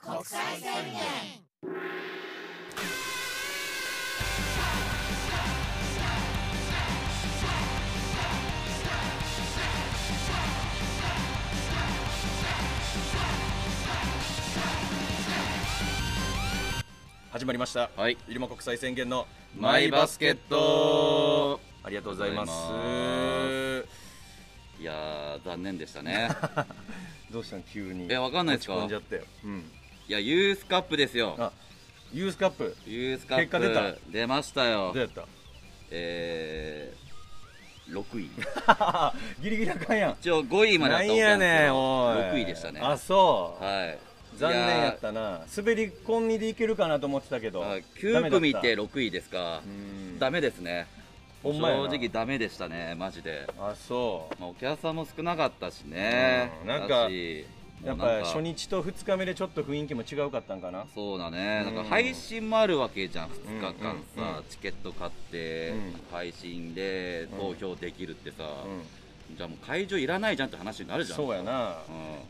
国際宣言始まりました、はい入間国際宣言のマイバスケットありがとうございますありがとうございいやー残念でし たねどうしたん急にえわかんないですか落ち込んじゃったよ、うん、いやユースカップですよあユースカップユースカップ結果出た出ましたどようやったえー、6位ギリギリあかんやん一応5位まであなったんやねんおい6位でしたねあそう、はい残念やっいたな滑り込みでいけるかなと思ってたけどやーダメだ9た組って6位ですかうんダメですねほんまやな正直ダメでしたねマジで、あそまあ、お客さんも少なかったしねうんなんかだしうやっもうなぱんか初日と2日目でちょっと雰囲気も違うかったんかなそうだね、うんなんか配信もあるわけじゃん、2日間うさ、んうんチケット買って、うん配信で投票できるってさ、うじゃあもう会場いらないじゃんって話になるんじゃん。そうやなう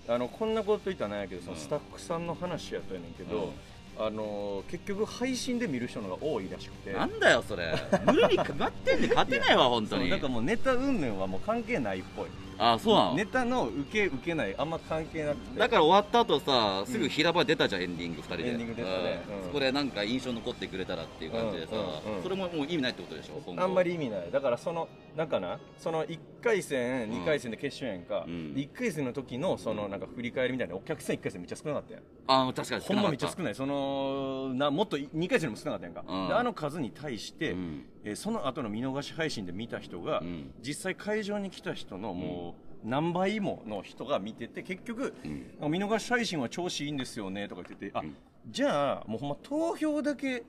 あのこんなこと言ったらなんやけどそのうんスタッフさんの話やったんやねんけど、あのー結局配信で見る人の方が多いらしくてん、なんだよ、それ、無理に決まってん ね勝てないわ、本当そうにだ。からもうネタ云々はもう関係ないっぽいあ、そうなの、ネタの受け受けないあんま関係なくてだから終わった後さ、すぐ平場出たじゃん、エンディング、2人で。エンディング出たねうんうんそこでなんか印象残ってくれたらっていう感じでさ、うんうんうんそれももう意味ないってことでしょ、今後あんまり意味ないだからそのなんかなその1回戦うん2回戦で決勝やんか、うん1回戦の時のそのなんか振り返りみたいなお客さん1回戦めっちゃ少なかったやんあ、確かにほ少んまなかっためっちゃ少ないそのなもっと2回戦でも少なかったやんか、うんであの数に対して、うんえーその後の見逃し配信で見た人が、うん実際会場に来た人のもう何倍もの人が見てて結局、うんなんか見逃し配信は調子いいんですよねとか言っててあ、んじゃあもうほんま投票だけ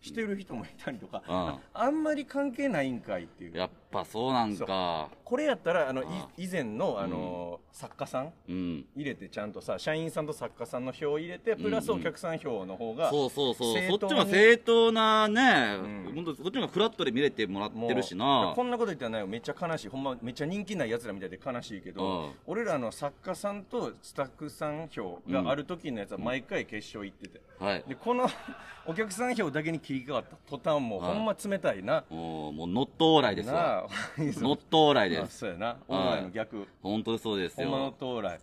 してる人もいたりとか、うんああんまり関係ないんかいっていうやっぱそうなんか。これやったらあのいあ以前の、あの作家さんうん。入れてちゃんとさ社員さんと作家さんの票を入れてプラスうんおうん客さん票の方が、そうそうそう正そ当っにちは正当なね、うん本当そっちの方がフラットで見れてもらっもうてるしいやなこんなこと言ったらないよめっちゃ悲しいほんまめっちゃ人気ないやつらみたいで悲しいけど、うん俺らの作家さんとスタッフさん票がある時のやつは毎回決勝行ってて、はいでこの お客さん票だけに切り替わった途端もうほんま冷たいな、もうもうノットオーライですわなあ ノットオーライまであすそうやなオーライの逆本当にそうですほんまのよ到来はい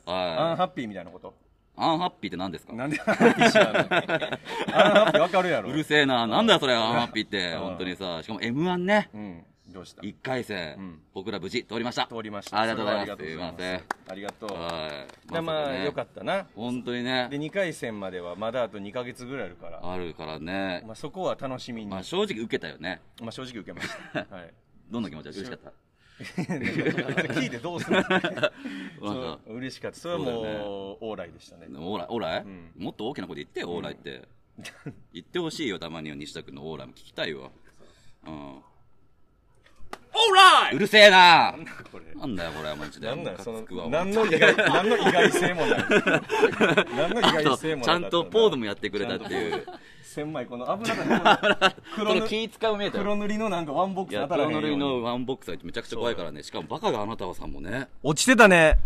アンハッピーみたいなことアンハッピーって何ですかなんでア ンハッピー知らんのアンハッピーわかるやろうるせえななんだよそれアンハッピーっうてん本当にさしかも m 1ねうんどうした1回戦、うん僕ら無事通りました通りましたありがとうございますそれはありがとうございますありがとうはいでまあ、よかったったな本当にねで2回戦まではまだあと2か月ぐらいあるから、あるからね、まあ、そこは楽しみに、ままあ正直受けたよねあ、正直受けました、 はい、どんな気持ちだった嬉しかった聞いてどうするのなんかそう嬉しかったそれはもうそうだよねオーライでしたねオーライオーライ、んもっと大きな声で言ってよオーライって、言ってほしいよたまには西田君のオーライも聞きたいわうんオーライうるせえなこれなんだよこれはマジでなんなんムカそのつくわ何の意外何の意外性も ない何の意あ外と性もなかったなちゃんとポーズもやってくれたっていう千枚この危なかった こ黒の塗気使う見えた黒よ塗りのなんかワンボックスいや当たらへ黒んよ塗うりのにワンボックス入ってめちゃくちゃ怖いからねしかもバカがあなたはさんもね落ちてたね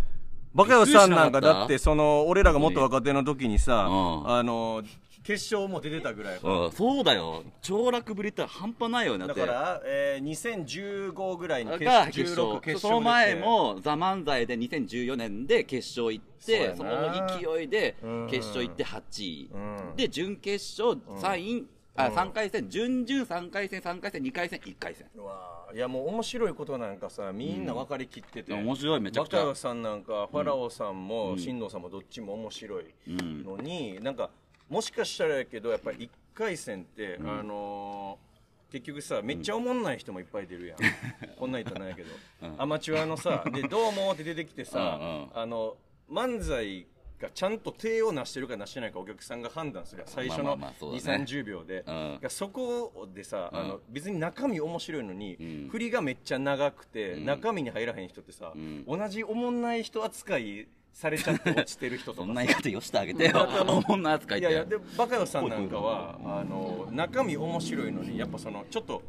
バカよさんなんかびっくりしなかっただってその俺らが元若手の時にさ、うんあの決勝も出てたぐらいうんそうだよ凋落ぶりって半端ないよねだだってから、えー、2015ぐらいに決が決16勝決勝その出前ても「ザ漫才で2014年で決勝行っそうやてなその勢いでうん決勝行って8位、うんで準決勝3位、あ3回戦準々3回戦3回戦2回戦1回戦うわーいやもう面白いことなんかさみんな分かりきってて、うん面白いめちゃくちゃバカヨさんなんかファラオさんも進藤、さんもどっちも面白いのに、なんかもしかしたらやけどやっぱり1回戦って、あのー結局さめっちゃおもんない人もいっぱい出るやん、こんなん言ったらなんやけ ど、アマチュアのさ「でどうも」って出てきてさ、うんあの漫才がちゃんと手をなしてるかなしてないかお客さんが判断するやん最初まあのまあまあそうだね2 3 0秒で、うんいやそこでさ、あうんの別に中身面白いのに、ん振りがめっちゃ長くて、ん中身に入らへん人ってさ、ん同じおもんない人扱いされちゃって落ちてる人と そかんな言い方よしてあげてよこんな扱いっいやていやでバカヨさんなんかはあの中身面白いのにやっぱそのちょっと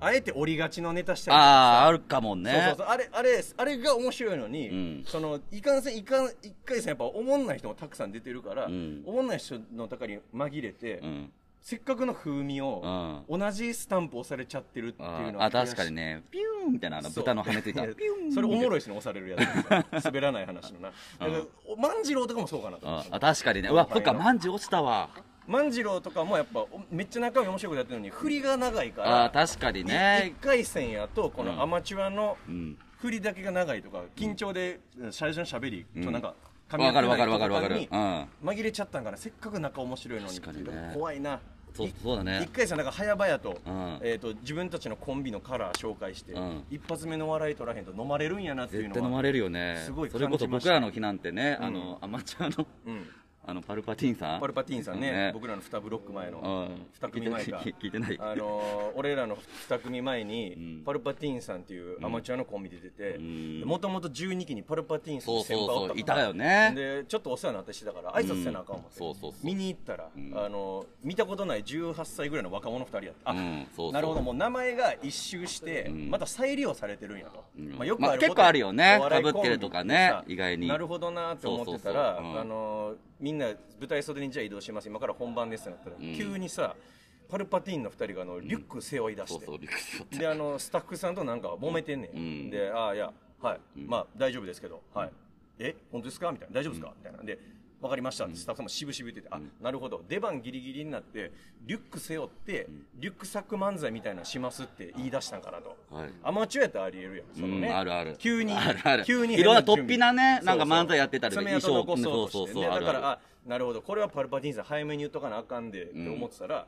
あえて折りがちのネタしたりとかあさああるかもねそうそうそうあれあれあれが面白いのに、うんそのいかんせんいかん一回戦やっぱおもんない人もたくさん出てるから、んおもんない人の中に紛れて、うんせっかくの風味を、同じスタンプ押されちゃってるっていうあのーあ確かにねピューンみたいなあのそう豚の羽ついたピューンそれおもいろいしに押されるやつ滑らない話のなだからお万次郎とかもそうかなと思っあてあ確かにねうわそっかはいまんじゅう落ちたわ万次郎とかもやっぱおめっちゃ仲良い面白いことやってるのに振りが長いかあーら確かに1ね回戦やとこのアマチュアのん振りだけが長いとか緊張でうん最初の喋りとなんか噛み合わってなかいるわかるわかるわかとるうんに紛れちゃったんからせっかく仲面白いのに確かにねっていう怖いなそうそうだ1ね回戦なんか早々と,、うんえー、と自分たちのコンビのカラー紹介して、うん一発目の笑い取らへんと飲まれるんやなっていう絶の対は飲まれるよねすごいそれこそ感じまし僕たらの日なんてねあのアマチュアのうん、あのパルパティンさんパルパティーンさんねね僕らの2ブロック前の、うん2組前か聞いて聞いてないあのー俺らの2組前に、うんパルパティーンさんっていうアマチュアのコンビで出てんもともと12期にパルパティーンさんそうそうおっそたういかたらよねでちょっとお世話になってしてたから挨拶せなあかんもん、うんそうそうそう見に行ったら、んあの見たことない18歳ぐらいの若者2人やった、あうんそうそうなるほどもう名前が一周して、んまた再利用されてるんやと、んまあ、よくまああること結構あるよねお笑いコンビ被ってるとかねさ意外になるほどなって思ってたらそうそうそううんあのみんな舞台袖にじゃあ移動します今から本番ですってなったら、急にさパルパティーンの2人があのリュック背負い出して、そうそうびっくりしちゃったであのスタッフさんとなんか揉めてんねん、うんで「ああいやはい、まあ大丈夫ですけどはいえ本当ですか?」みたいな「大丈夫ですか?」みたいなで「分かりました」ってスタッフさんも渋々言ってて「あなるほど出番ギリギリになってリュック背負って、リュックサック漫才みたいなのします」って言い出したんかなと、はいアマチュアやったらありえるやんそのね、うんあるある急にあるある急にいろんな変準備突飛なねなんかそうそう漫才やってたりとか爪痕残そうとして衣装そうそうそうねだあるかあるらあなるほどこれはパルパティーンさん早めに言っとかなあかんでって思ってたら、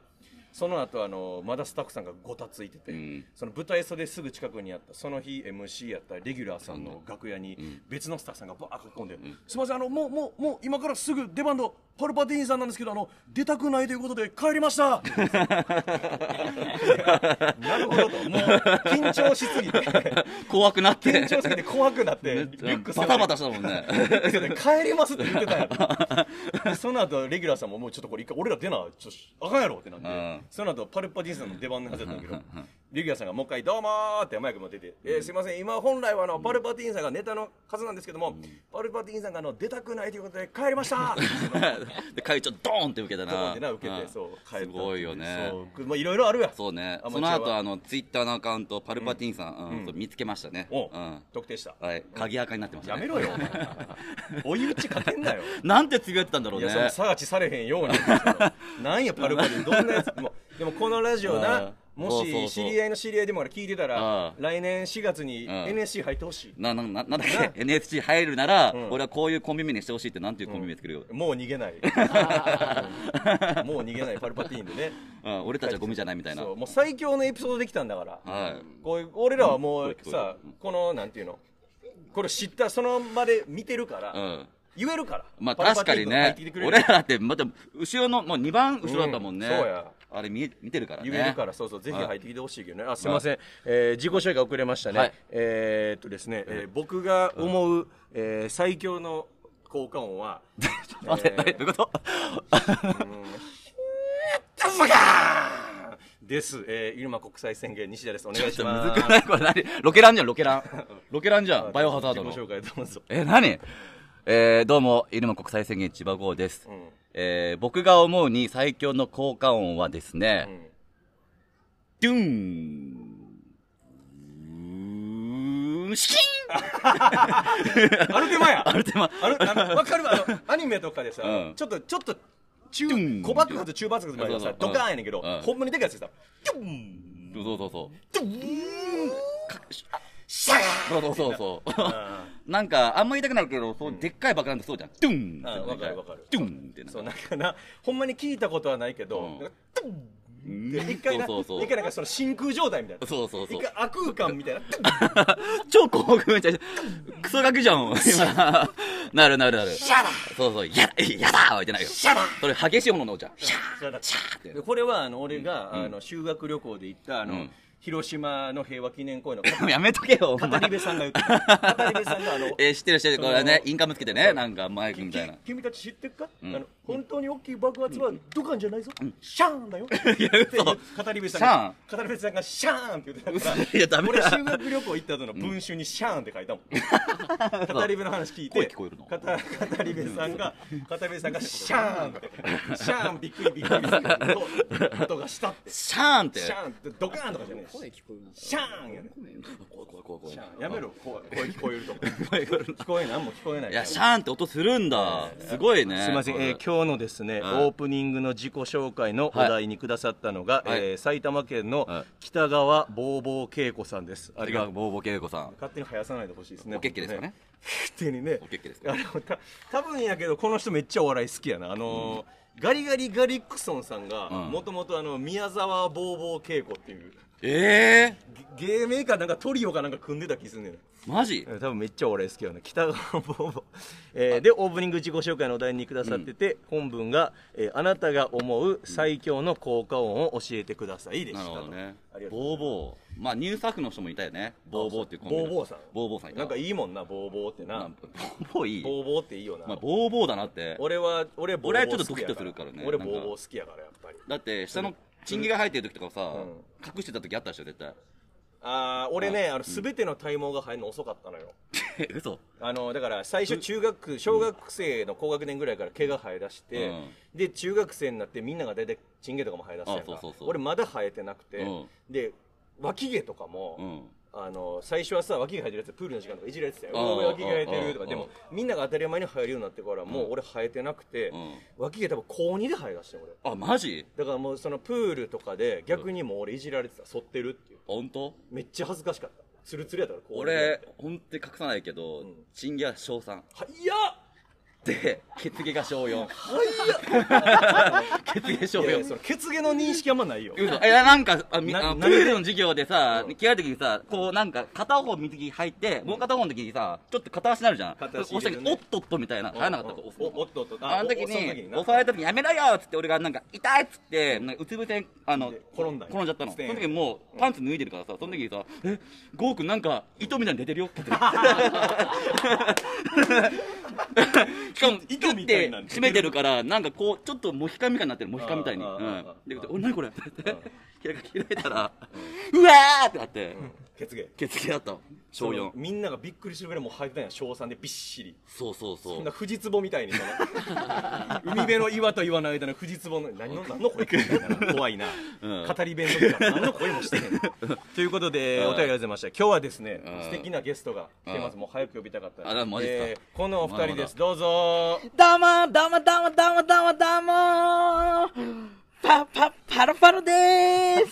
その後あのまだスタッフさんがごたついてて、んその舞台袖すぐ近くにあったその日 MC やったレギュラーさんの楽屋に別のスタッフさんがバーッ囲んで、すいませんあのもうもうもう今からすぐ出番のパルパティーンさんなんですけどあの出たくないということで帰りました なるほどともう緊張しすぎて怖くなって緊張しすぎて怖くなってリュック背負バいタバタしたもん ねそれで帰りますって言ってたんやろでその後レギュラーさんももうちょっとこれ一回俺ら出なちょっとあかんやろってなって、うんその後パルパディーンさんの出番のはずやったんだけどレギュラーさんがもう一回「どうも!」ってマイク持ってて「えーすいません今本来はあのパルパディーンさんがネタの数なんですけども、パルパディーンさんがあの出たくないということで帰りま した!」ってで会長ドーンって受けた言っなてな受けてんそう帰ったすごいよねそうまあいろいろあるやんそうねアマそチュのアは後あのツイッターのアカウントパルパティンさん、うんそう見つけましたね、うおう、ん特定した、はい、鍵垢になってましたやねめろよお前追い打ちかけんなよ なんてつぶやってたんだろういねや、そのサーチされへん ように。なんや、パルパル。どんなやつ。もうでも、このラジオうんな、もそうそし、うそ知うり合いの知り合いでもから聞いてたうんら、来年4月にん NSC 入ってほしい。ななななんだっなけ NSC 入るなら、ん俺はこういうコンビ名にしてほしいってなんていうコンビ名作るよ、もう逃 げない。もう逃げない、パルパティーンでね。うん俺たちはゴミじゃないみたいなそう、もう最強のエピソードできたんだから。はいこういう俺らはもう聞こえるさ、この、なんていうの。これ知った、その場で見てるかうら、ん言えるから。まあパル確パかティーにンが入っねてきてくれる俺らだってまた後ろのもう2番後ろだったもんね、うんそうやあれ見え見てるからね言えるから、そうそう、ぜひ入ってきてほしいけどね。あ、すいません。えー自己紹介が遅れましたね。はいえーっとですね、えー僕が思う、えー最強の効果音は、 待って、えどういうこと ダズガーです。えー、入間国際宣言、西田です。お願いしますむずく。ないこれ何ロケランじゃんロケランロケランじゃんバイオハザードの自己紹介どうぞ。え、何えー、どうも、イルマ国際宣言千葉号です。んえー、僕が思うに最強の効果音はですね、んドゥーン、シキンアルテマや あれってま、あるあのわかるあの、アニメとかでさうん、ちょっと、ちょっと、中、ン小爆発、中爆発までそうさそう、ドカーンやねんけどうん、ほんまにでかいやつでさ、ドゥンそうそうそドゥーンシャーう。そうそうそうそう。なんか、あんま言いたくないけど、そう、でっかい爆弾ってそうじゃん。ドゥーンあわかるわかるドゥーンってな。そうなんかなほんまに聞いたことはないけど、うんなんかドゥンって一回なそうそうそう一回なんかその真空状態みたいなそうそうそう一回悪空間みたいなドゥン超興奮しちゃう。クソガキじゃん、今。なるなるなる。シャそうそう、や、やだー言ってないよ。シャだそれ激しいもののじゃん。シャーだからシャーって。これはあの俺が、あの修学旅行で行ったあの、うん広島の平和記念公園 の語もうやめとけよ、お前り部さんが言ってた語り部さんが あのえー、知ってる知ってる。これね、インカムつけてね、なんかマイクきみたいな。君たち知ってるか、あの本当に大きい爆発はドカンじゃないぞ、シャーンだよって語り部さんが語り部さんがシャーンって言ってたからいや、ダメ俺だ。修学旅行行った後の文集にシャーンって書いたもん、 語り部の話聞いて声聞こえるの語語り部さんが語り部さんがシャーンってシャーンびっくりびっくりする音音がしたってシャーンって。シャーンってドカーンとかじゃねえ声し聞こえるなシャーンやね怖い怖い怖い怖いシャーンやめろ声声聞こえるとか怖い怖い聞こえなんも聞こえないいや、シャーンって音するんだ。すごいね。すみません、えー今日のですね、オープニングの自己紹介のお題にくださったのが、はいえー埼玉県のはい北川ぼうぼう恵子さんです。あありりががととうう、ボーボケイコさん。勝手に生やさないでほしいですね。おけっけですかね本当にね。お勝け手っけにですね。かあのた多分やけどこの人めっちゃお笑い好きやな。あのーガリガリガリックソンさんがうんもともとあの宮沢ぼうぼう恵子っていうええげ芸名かなんかトリオかなんか組んでた気すんねんな。ー、マジ多分めっちゃお笑い好きよね北川ボー ボ、えーでオープニング自己紹介のお題にくださってて、本文が、えーあなたが思う最強の効果音を教えてください」でしなたるほとどねありが。とうボーボー。まあ、ニューサークの人もいたよね。ボーボーっていうコンビの。ボーボーさんボーボーさんいた。なんかいいもんなボーボーってまあな、ボーボーいい。ボーボーっていいよな、まあ、ボーボーだなって。俺は俺ボーボー俺はちょっと好ドきキやッとするからね俺なボんかーボー好きやからやっぱりだって、下のチン毛が生えてる時とかさん、隠してた時あったでしょ、絶対。 あー俺ねあの全ての体毛が生えるの遅かったのよえ嘘あのだから最初中学小学生の高学年ぐらいから毛が生えだして、うんで中学生になってみんなが大体チン毛とかも生えだしたやんかあそうそうそう俺まだ生えてなくて、うんで脇毛とかも、うん。あの最初はさ脇毛生えてるやつプールの時間とかいじられてたよああお前脇毛生えてるとあかあでもみんなが当たり前に生えるようになってからもう俺生えてなくて、うん脇毛多分高2で生えだしてん俺あ、マジだからもうそのプールとかで逆にもう俺いじられてた剃ってるっていう本当めっちゃ恥ずかしかったツルツルやったからこう俺、ほんとに隠さないけど、チン毛は小3。はいやっで、血毛が小4。血 毛小いやいや4そ。の血毛の認識あんまないよ嘘え、なんか、あみなあプなんでールの授業でさう、ん着替えるときにさ、こうなんか、片方水着入って、もう片方の時にさ、ちょっと片足になるじゃん。片足押した入れ時るに、ねおっとっとみたいな。入らなかったからお押すのおっとっとあの時おその時に、にな押された時にやめろよっつって俺がなんか、痛いっつって、なんかうつ伏せ、あので、転んだよ転んじゃったの。スそテンの時もう、パンツ脱いでるからさ、その時にさ、え、ゴーくんなんか、糸みたいに出て るよって言ってしかも、ギ糸ュっみたていなんで締めてるから、なんかこう、ちょっとモヒカンみたいになってる、モヒカンみたいに。うあーあーんあ。ーであ、ー俺、何これって言って、開け開いたら、うわーってなって、血毛血毛だったの。小4。みんながびっくりするぐらいもう生えてたんや小3でびっしりそうそうそそんうな。富士壺みたいにその 海辺の岩と岩の間の富士壺の何の何の声聞いてんだな怖いな、 うん語り弁当から何の声もしてへんなということでお便りありがとうございました今日はですねうん素敵なゲストが来てますもう早く呼びたかったあマジっすかこのお二人ですどうぞどうもどうもどうもどうもどうもどうもパパパラパラでー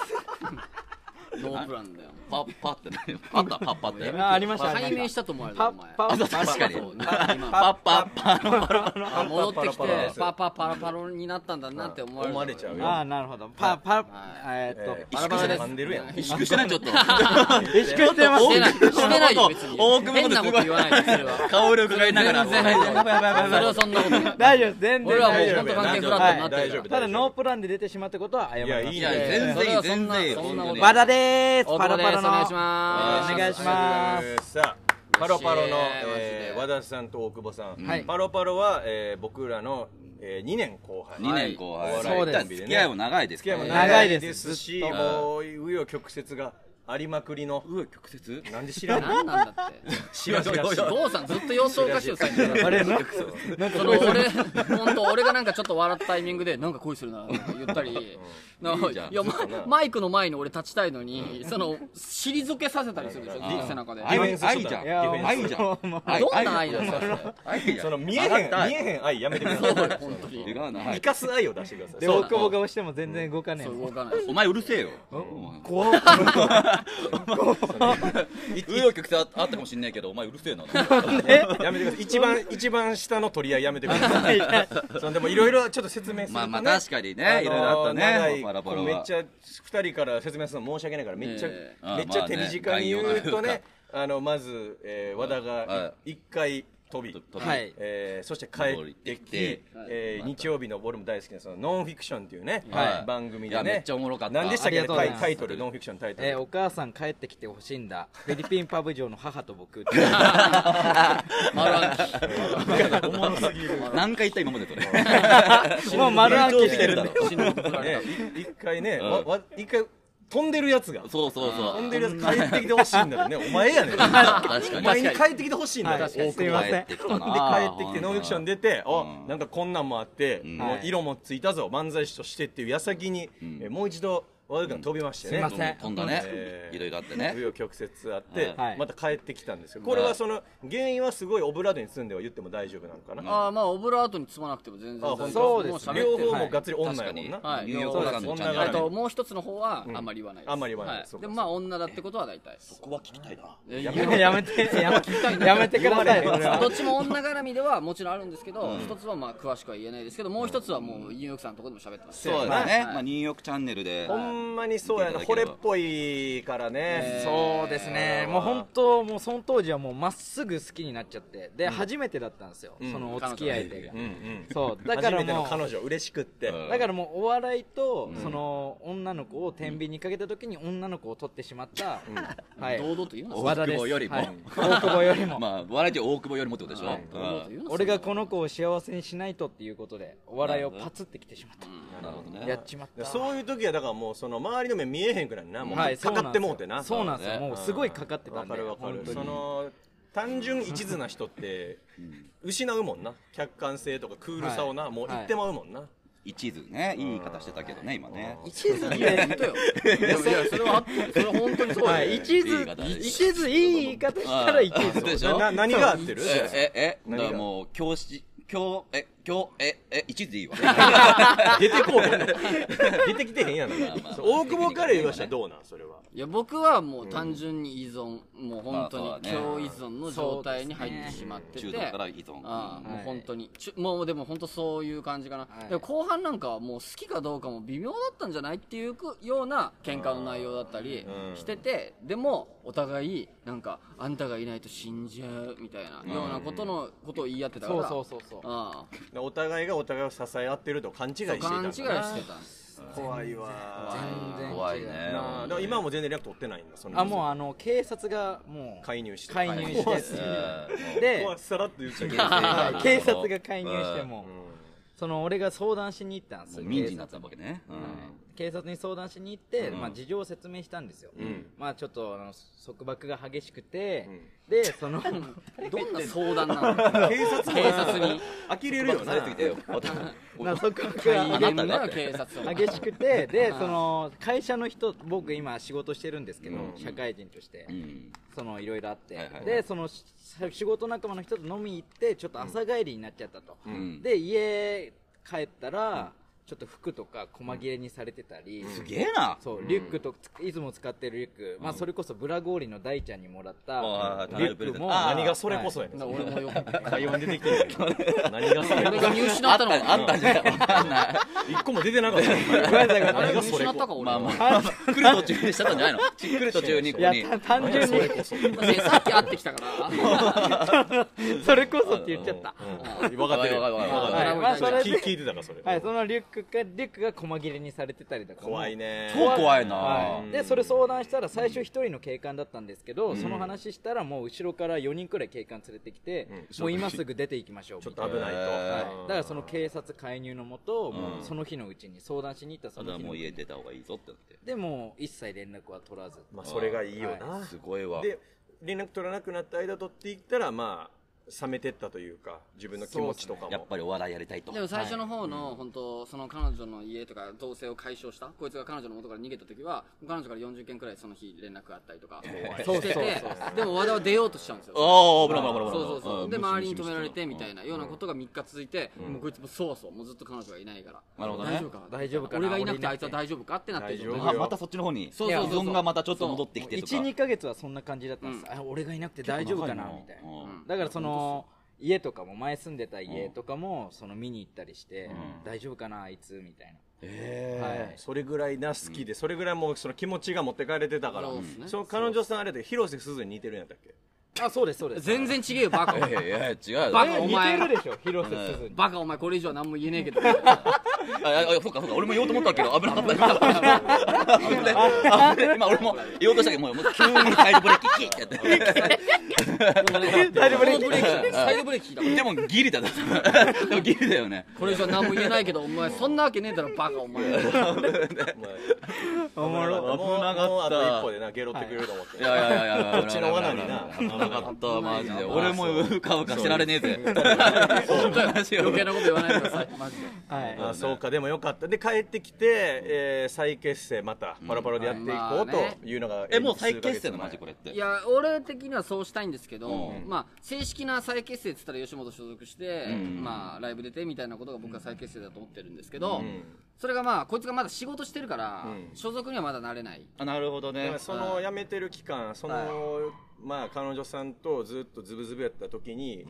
すノープランだよパッパってね。あった、パッパって。あありました解明したと思われたパお前パ確かに。そうパなんか今ッパッパのパロパロ。あ戻ってきパラパラでてすパパパラパロになったんだなって思われる思われちゃうよああなるほどパパえーっとえーバラバラです噛んでるやん萎萎縮してない、ちょっと。萎縮してますしてないしてないよ別に大久保のこと変なこと言わないでそれは 顔色伺いながら。全然やばいやばいやばいそれはそんなことない大丈夫です全然俺はも大う丈本当夫関係フラットになってるから夫ただノープランで出てしまったことは謝りまいやすいいいや、ね全然いい、全然いい。そんなことないバラでーす大パ久ラパ保でラのすお願いしますお願いしまさあパロパロの嬉しい、えーマ和ジ田さんと大久保さん、はいパロパロは、えー僕らの、え2年後輩2年後輩。はいそうです一旦付き合いも長いです付き合いも長長いいですですしずっともう紆余曲折がありまくりのうわ、曲折なんで知らんの何なんだって知らん知らん知らん郷さんずっと様子おかしいよ最近あれなその俺本当俺がなんかちょっと笑ったタイミングでなんか恋するなとか言ったりなんかいいじゃんいやまマイクの前に俺立ちたいのにその退けさせたりするでしょあー背中であ愛愛じゃん。いやもう愛じゃん。愛どんな愛なん愛だそれ愛じゃん。 その見えへん見えへん愛やめてください本当に違うな。生かす愛を出してくださいでそう大久保が押しても全然動かねえそうもん動かないお前うるせえよ。怖 っうよ曲折あったかもしんないけど、お前うるせえな。 やめてください一番一番下の取り合いやめてくださいそのでもいろいろちょっと説明すると、ね、まあまあ確かにねあのーいろいろあったね長いパラパラはめっちゃ二人から説明するの申し訳ないからめっちゃ、ええめっちゃあまあ手ね短に言うと概要というねあのまず、えー和田はが一回飛び、とははいいえーそして帰ってきて、えー日曜日の俺も大好きなそのノンフィクションっていうね、はい番組いでやねめっちゃおもろかった何でしたっけありがとうございますタイトルノンフィクションのタイトル、 えーお母さん帰ってきてほしいんだフィリピンパブ嬢の母と 僕丸暗記おもろすぎる何回言った今までとねもう丸暗記してるんで死ぬこと取られねい一回ね、わわ一回飛んでるやつがそうそうそ飛んうでるやつ帰ってきてほしいんだよねお前やねん確かおに前に帰ってきてほしいんだよ、はい大久保すいません帰ってきたでな帰ってきてノンフィクション出て、あうんなんかこんなんもあって、もうはい色もついたぞ漫才師としてっていう矢先に、えーもう一度和田君飛びましてね、うんすいません飛んだねえーいろいろあって紆ね余曲折あって、はいまた帰ってきたんですよこれはその原因はすごいオブラートに住んでは言っても大丈夫なのかな、ああまあオブラートに包まなくても全然あ大丈本夫当そうですもう喋両ってる方もがっつり女やもんな、はいニューヨークさんのチャンネルあはいともう一つの方はあんまり言わないです、あんまり言わないはそうかでもまあ女だってことは大体ここは聞きたいなえやめ言う やめてやめやめてくださいそれはどっちも女絡みではもちろんあるんですけど、一つはまあ詳しくは言えないですけどもう一つはもうニューヨークさんのところでも喋ってますそうだねはいまあニューヨークチャンネルでほんまにそうやな惚れっぽいからね、そうですねもう本当もうその当時はもうまっすぐ好きになっちゃってで、初めてだったんですよ、そのお付き合いで、うんうんそうだから初めてのも彼う女嬉しくって、うんだからもうお笑いと、その女の子を天秤にかけた時に女の子を取ってしまった、はい堂々と言うな和田で大久す保よりもはい大久保より も、まあ笑いで大久保よりもってことでしょはい堂々と言うな俺がこの子を幸せにしないとっていうことでお笑いをパツってきてしまった、うんなるほどねやっちまったそういう時はだからもうその周りの目見えへんくらいなもうはいかかってもうてなそうなんですよそうだねもうすごいかかってたわんかでるわかる本当にその単純一途な人って失うもんな客観性とかクールさをな、はいもう言ってまうもんな、一途ねいい言い方してたけどね今ね一途にいや本当よいやそれはあってそれは本当にそうだよはい一いい言い途方一途いい言い方したら一途でしょな何が合ってるえ、え、え、だ何かがらもう、教師、教、え、教、え、え、一時でいいわ。出てこうへん出てきてへんやん、あまあ大久保から言わしたらどうなんそれはいや僕はもう単純に依存、もう本当にまあそうだね強依存の状態に入ってしまってて、中毒から依存。ああ、はいもう本当にちゅもうでも本当そういう感じかな、はいでも後半なんかはもう好きかどうかも微妙だったんじゃないっていうくような喧嘩の内容だったりうんしてて、でもお互いなんかあんたがいないと死んじゃうみたいなようなことのことを言い合ってたかそら、うそうそうそうああお互いがお互いを支え合ってると勘違いしていそうた勘違いしてたんてです怖いわ全然違う怖いねなあだから今はもう全然連絡取ってないんだそのあもうあの警察がもう介入して介入して怖えーでで怖いさらっと言っちゃうけどはい 警察が介入してもうその俺が相談しに行ったんですもうよ民事になったわけね。うん警察に相談しに行って、うんまあ、事情を説明したんですよ、んまあちょっとあの束縛が激しくて、うんで そのどんな相談なのん警察も警察に呆れるよ束縛されなすぎてよ。な束縛が大変な警察を激しくてでその会社の人僕今仕事してるんですけど、社会人として、うんそのいろいろあって、はいはいはいでそのし仕事仲間の人と飲みに行ってちょっと朝帰りになっちゃったと、んで家帰ったら、ちょっと服とか細切れにされてたり、すげえな。そうリュックとついつも使ってるリュック、まあ、それこそブラゴーリの大ちゃんにもらったあーリュックもあー何がそれこそやねんな俺もよく 会話に出てきてるよ何がそれ俺こが見失ったのかあったんじゃないわかんない。そ一個も出てなかったよごめんなさいごめあんなされい見失ったか俺まあまはあ。来る途中にしちゃったんじゃないの来る途中にこいこに。やた単純にでさっき会ってきたから それこそって言っちゃった、うん分かってるよわかるわかるわかる分かってるはいまあそれ聞で聞いてたかそれはい、そのリュックがリュックが細切れにされてたりとかも怖いね超怖いは、。ないでそれ相談したら最初一人の警官だったんですけど、その話したらもう後ろから4人くらい警官連れてきて、もう今すぐ出ていきましょうちょっみと危ないとたいなはい、だからそその警察介入のもと、もうその日のうちに相談しに行ったたそのだ日ものううち家に出た方がいいぞってなって。でもう一切連絡は取らず、まあそれがいいよなすごいわ。で連絡取らなくなった間取っていったらまあ冷めてったというか自分の気持ちとかやっもぱりお笑いやりたいとで。も最初の方の、本当その彼女の家とか同棲を解消したこいつが彼女の元から逃げた時は彼女から40件くらいその日連絡があったりとかしててそうそうそうでも和田は出ようとしたんですよおー、危ない危ない危そない危ない。うそうそうでん周りに止められてみたいなようなことが3日続いて、もうこいつもそうそうもうずっと彼女がいないからなるほどね大丈夫か大丈夫かな俺がいなく俺いなくててあいつは大丈夫かってなってる大丈あまたそっちの方にそうそうそうそう依存がまたちょっと戻ってきてとか12か月はそんな感じだったんです、あ俺がいなくて大丈夫かなみたいな、だからその家とかも前住んでた家とかもその見に行ったりして、大丈夫かなあいつみたいなえーそれぐらいな好きでそれぐらいもうその気持ちが持ってかれてたからそうですねその彼女さんあれで広瀬すずに似てるんやったっけあそうですそうです全然違えよバ カいやいや違うよバカえお似て前るでしょ広瀬すずにバカお前これ以上は何も言えねえけどああそうかそうか俺も言おうと思ったけど危なかった危ない危ない今俺も言おうとしたけどもうもう急にサイドブレーキキッてやってサイドブレーキサイドブレーキだからでもギリだったでもギリだよねこれ以上何も言えないけどお前そんなわけねえだろバカお前おもろ危なかったもうあと一歩でなゲロってくれると思っていやいやいやいやこっちの罠にな危なかったマジで俺もうかうかしてられねえぜ 本当よマ余ジよ計なこと言わないでくださいマジではいあそうかでもよかったで帰ってきて、えー再結成またパラパラでやっていこうんまあねうというのがえもう再結成のマジこれれっていや俺的にはそうしたいんですけど、うんまあ、正式な再結成っつったら吉本所属して、うんまあ、ライブ出てみたいなことが僕は再結成だと思ってるんですけど、うんそれがまあこいつがまだ仕事してるから、うん所属にはまだなれないあなるほどだねからその辞めてる期間その、まあ彼女さんとずっとズブズブやった時に、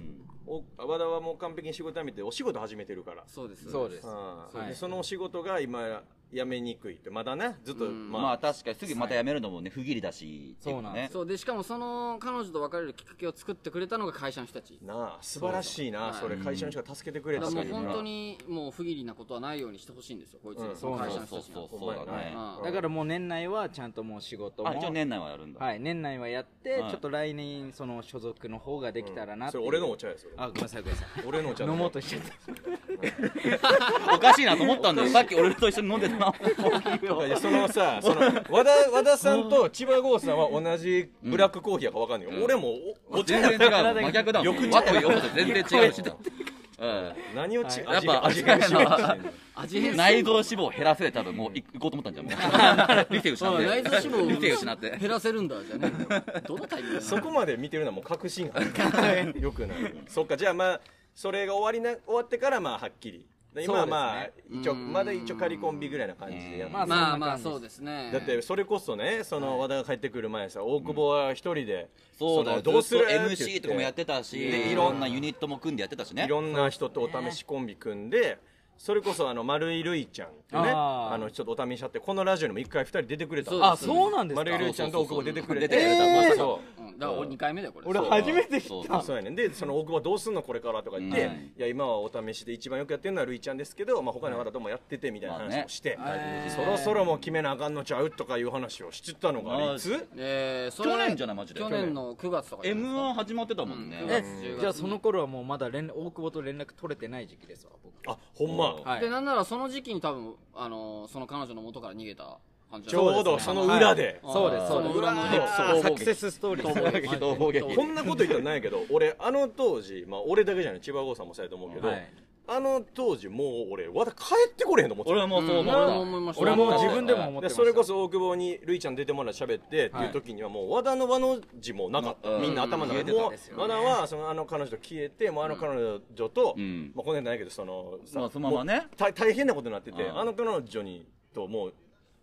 お和田はもう完璧に仕事辞めてお仕事始めてるからそうですそうですうんはいでそのお仕事が今辞めにくいってまだねずっと、うんままあ確かにすぐまた辞めるのもね不義理だしそうなんでそうでしかもその彼女と別れるきっかけを作ってくれたのが会社の人たちあなあ素晴らしいなそそうそうれ会社の人が助けてくれだたからといもううか本当にもう不義理なことはないようにしてほしいんですよこいつ、うんそのそう会社そのうそ人うたそうちにはそうだねうんだからもう年内はちゃんともう仕事もあ一応年内はやるんだはい年内はやって、はいちょっと来年その所属の方ができたらなってそいうれ俺のお茶ですよあごめんなさいごめんなさい俺のお茶飲だよもうとしちゃったおかしいなと思ったんだよさっき俺と一緒に飲んでたなコーヒーをいやそのさその和田和田さんと千葉郷さんは同じブラックコーヒーやかわかんないよ、うん俺もおお茶全然違うもん真逆だもんよく和と洋と全然違うしうん何をち、やっ味ぱが味が味違がう 味変内臓脂肪を減らせで多分もう行こうと思ったんじゃんもう理性失っあて内臓脂肪を理性失って減らせるんだじゃねえんだよどのタイミングそこまで見てるのはもう確信犯よくないそっかじゃあまあそれが終わりな終わってからまあはっきりで今はまあ、一応うんまだ一応仮コンビぐらいな感じでやってまあまあそんなまあ感じですそうですねだってそれこそねその和田が帰ってくる前さ大久保は一人で、そうだよのどうするずっと MC とかもやっってたしでいろんなユニットも組んでやってたしねいろんな人とお試しコンビ組んでそれこそあの丸井るいちゃんってねああーのちょっとお試しちゃってこのラジオにも一回二人出てくれたのそうあそうなんですか丸井るいちゃんと大久保出てくれて出てくれたそうそうそううんだから俺2回目だよこれ俺そう初めて知そうっそたうそうやねんでその大久保どうすんのこれからとか言って、うんい、や今はお試しで一番よくやってるのはるいちゃんですけど、まあ、他の方ともやっててみたいなまあね話をして、えーそろそろもう決めなあかんのちゃうとかいう話をしてたのまあがいつえーそれ去年じゃないマジで去年の9月とかじゃないです m 1か始まってたもんうんえね10月じゃあその頃はもうまだ連大久保と連絡取れてない時期ですわ僕あほんま、うんはいでなんならその時期に多分あのーその彼女の元から逃げた感じちょうどその裏で、はいそうですそうそでのす裏のエピソードサクセスストーリーですね逃亡劇こんなこと言ったらないけど 俺あの当時、まあ、俺だけじゃない千葉郷さんもそうやと思うけど、はいあの当時もう俺和田帰ってこれへんと思ってた俺はもうそうう思っんた俺も思いました俺も自分でも思ってでましたそれこそ大久保にるいちゃん出てもらって喋ってっていう時にはもう和田の和の字もなかった、うんみんな頭の中でうんもですよう和田はそのあの彼女と消えてもうあの彼女と、うんまあこの辺ないけどそのさまあそのままねもう大大変なことになってて、うんあの彼女にともう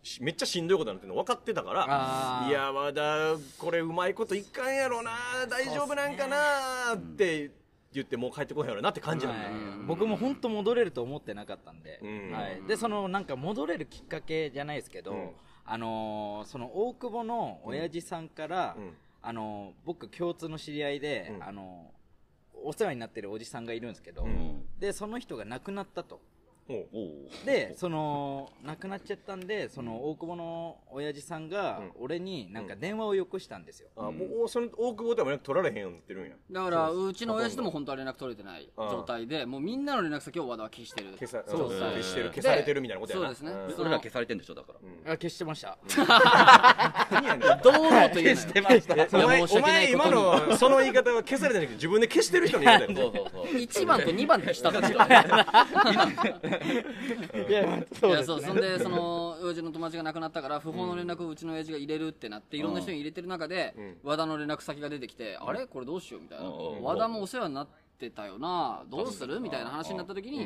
しめっちゃしんどいことになってるの分かってたかあらーいや和田これうまいこといかんやろな大丈夫なんかなって言ってもう帰ってこへんやろなって感じなんだよ、はい僕も本当戻れると思ってなかったんで、うんはい、でそのなんか戻れるきっかけじゃないですけど、うんあのーその大久保の親父さんから、うんあのー僕共通の知り合いで、うんあのーお世話になってるおじさんがいるんですけど、うんでその人が亡くなったとおうおうでその亡くなっちゃったんでその大久保の親父さんがうん俺になんか電話をよこしたんですよ、あもうその大久保でも連絡取られへんようになって るんやだからうちの親父とも本当は連絡取れてないうん状態でもうみんなの連絡先を和田は消してる消さそううんそう消してるで消されてるみたいなことやなそうですねん俺ら 消されてんでしょだからあ消してました何やねん堂々と言うなよしてましたおい前や申しお訳ない前こと今にのその言い方は消されてないけど自分で消してる人に言い方そようそうそう1番と2番でしたんだけどねいやいそうやですそうそんでその親父の友達が亡くなったから不法の連絡をうちの親父が入れるってなっていろんな人に入れてる中でん和田の連絡先が出てきてあれこれどうしようみたいなうんうんうん和田もお世話になってたよなどうするみたいな話になった時に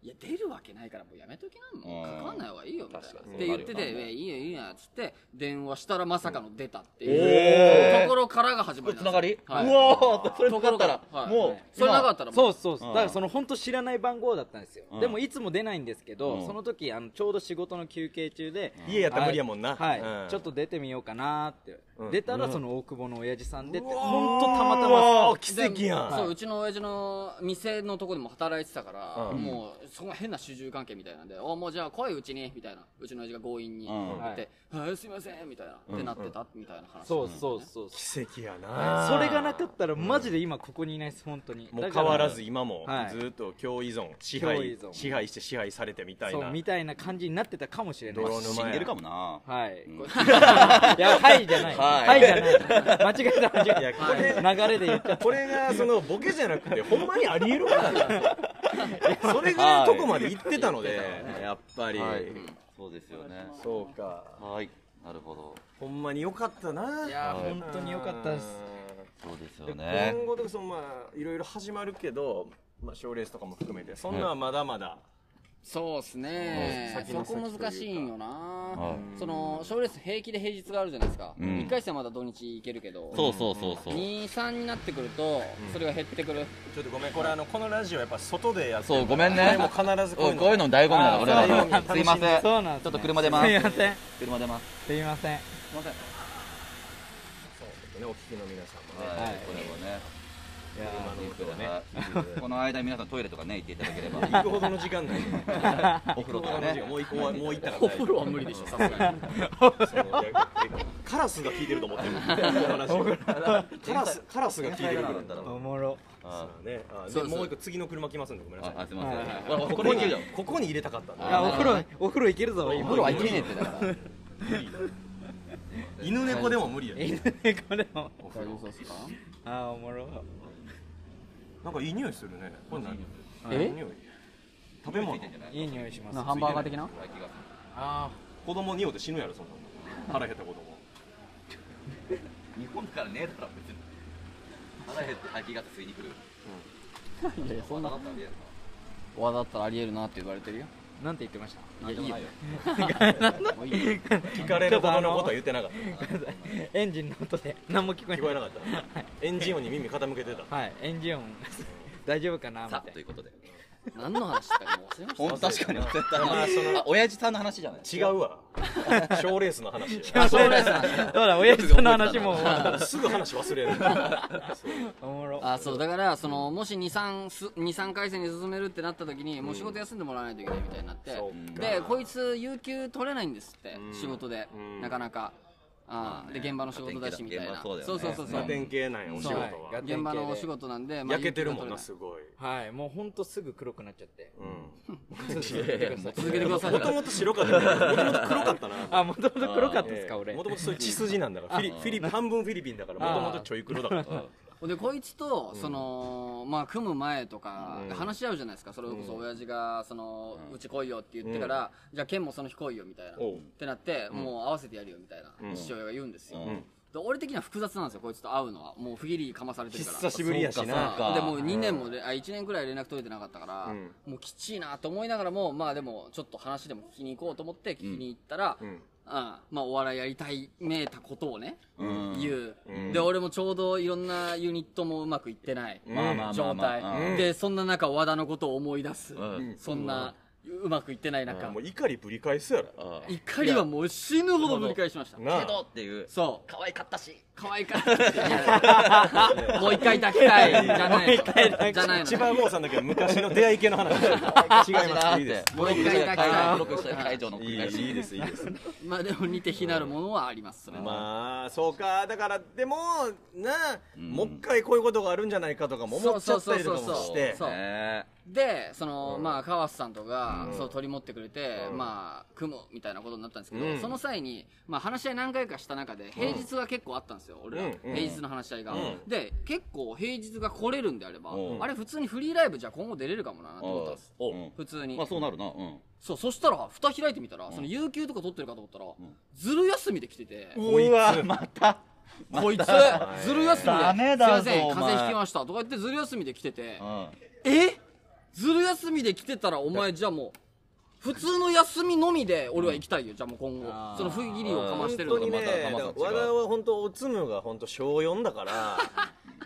いや出るわけないからもうやめときなもううん関わんない方がいいよみたいな確かっにて言っててうんいやいいよいいよっつって電話したらまさかの出たっておいうーところからが始まりつんなですよがりうはいわーそれなかったとこらろがはいもうそれなかったらもうそうそうそううんだからその本当知らない番号だったんですよ、んでもいつも出ないんですけど、うんその時あのちょうど仕事の休憩中で、家やったら無理やもんなはい、うんちょっと出てみようかなって出たらその大久保の親父さんでって本本当当たたままたたまま奇跡やん、そう、はいうちの親父の店のとこでも働いてたから、うんもうそこ変な主従関係みたいなんで「おもうじゃあ来いうちに」みたいなうちの親父が強引にうん言って「はいすいません」みたいな、ってなってたみたいな話そうそうそうそ奇跡やうなそれがなかったらマジで今ここにいないです本当にもうだか変わらず今もはいずっと強依存支強配依存支配して支配されてみたいそうなみたいな感じになってたかもしれない泥死んでるかもなはい、 んこれいやはいじゃないははいい、じゃない間違えた間違えこれた流れで言っちゃっこれがそのボケじゃなくてほんまにありえるからそれぐらいのとこまで行ってたのでやっぱり、はいそうですよねそうかはいなるほどほんまによかったなたいやー本当に良かったですそうですよでね今後とかそのまあいろいろ始まるけどまあ賞レースとかも含めてそんなんはまだまだ、そうっすね、うん先のそ先というこか難しいんよな、はいその賞レース平気で平日があるじゃないですか、一ん1回戦はまだ土日行けるけどそうそうそうそう23になってくるとそれが減ってくる、ちょっとごめんこれあのこのラジオやっぱ外でやってそうごめんねもう必ずこうおいいうこういうの醍醐味なの俺らあーのすいませんそうなんですねちょっと車出ますすいません車出ますすいませんすいませんねお聞きの皆さんもね、はいこれをねいやー今の音をねはいこの間皆さんトイレとかね行っていただければ行 くほどの時間ないお風呂とかねもう行こう もう行ったからお風呂は無理でしょさすがにカラスが聞いてると思ってるカラスカラスが聞いてるからおもろあねあでそうそうもう一個次の車来ますんでごめんなさあいすいませんはいほらこここれにいけるよここに入れたかったんいだやあーお風呂お風呂行けるぞお今風呂はいけねえってだから犬猫でも無理やね犬猫でもお風呂そうっすかああおもろなんかいい匂いするねこれ何えいい匂い食べ物いい匂いしますなハンバーガー的なあ子供におって死ぬやろそんなの腹減った子供日本からねえだろ別に腹減って吐きが吸いに来るいやいやそんな腹立ったんだよわだったらありえるなって言われてるよあなんて言ってました いやいいよもういいよ聞かれるほどのことは言ってなかったエンジンの音で何も聞こえ聞こえなないかった エンジン音に耳傾けて たはいエンジン音 大丈夫かなみたさいあということで何の話したかもう忘れましたほん確かに忘れたまあそのなあ親父さんの話じゃない違うわ賞レースの 話なそう ですそうだ親父さんの話もすぐ話忘れる おもろあそうだからそのもし23回戦に進めるってなった時にもう仕事休んでもらわないといけないみたいになってそうでこいつ有給取れないんですってん仕事でうんなかなかあーで現場の仕事だしみたい現な場そうだよねそうそうそうそガうテン系なんやお仕事ははいガテン系で現場のお仕事なんでまあ焼けてるもん有給が取れなないすごいはいもうほんとすぐ黒くなっちゃってうん続けてください続けてくださいもともと白かったもともと黒かったなあもともと黒かったですか俺もともとそういう血筋なんだからフィリフィリピン半分フィリピンだからもともとちょい黒だからでこいつと、そのまあ組む前とか話し合うじゃないですか、それこそ親父がその、うち来いよって言ってから、じゃあ剣もその日来いよみたいな、おうってなって、もう合わせてやるよみたいな、ん父親が言うんですよ、うんで俺的には複雑なんですよこいつと会うのはもう不義理かまされてるから 久しぶりやしそうかなぶりでもう2年もれ、あ1年くらい連絡取れてなかったから、うんもうきちいなと思いながらもまあでもちょっと話でも聞きに行こうと思って聞きに行ったら、うんうんあまあお笑いやりたいめいたことをね、うん言う、で俺もちょうどいろんなユニットもうまくいってない、まあまあまあ状まあ態、まあでそんな中和田のことを思い出す、んそんな、うまくいってない中、もう怒りぶり返すやろあ怒りはもう死ぬほどぶり返しましたなけどあっていうそう可愛かったし可愛いから もう一回抱きたいじゃないのじゃないの千葉郷さんだけど昔の出会い系の 話違いますいいですブロックした会ブロックした会場のい繰りい返しいいですいいですまあでも似て非なるものはありますそれはまあそうかだからでもなあ、もう一回こういうことがあるんじゃないかとかも思っちゃったりとかもしてそうねでその、まあ川瀬さんとか、そう取り持ってくれて、まあ組むみたいなことになったんですけど、うんその際に、まあ、話し合い何回かした中で平日は結構あったんですよ、俺ら、うん平日の話し合いが、うんで結構平日が来れるんであれば、うんあれ普通にフリーライブじゃ今後出れるかもなと思ったんです、おうん普通に、まあそうなるなうんそうそしたら蓋開いてみたら、その有給とか取ってるかと思ったら、ずる休みで来てて、こいつま たこいつずる休みでダメだぞすいませんお前風邪ひきましたとか言ってずる休みで来てて、うんえずる休みで来てたらお前じゃあもう普通の休みのみで俺は行きたいよじゃあもう今あー後その不義理をかまし本てる当のとにまねたまた 和田は本当おつむが本当小4だから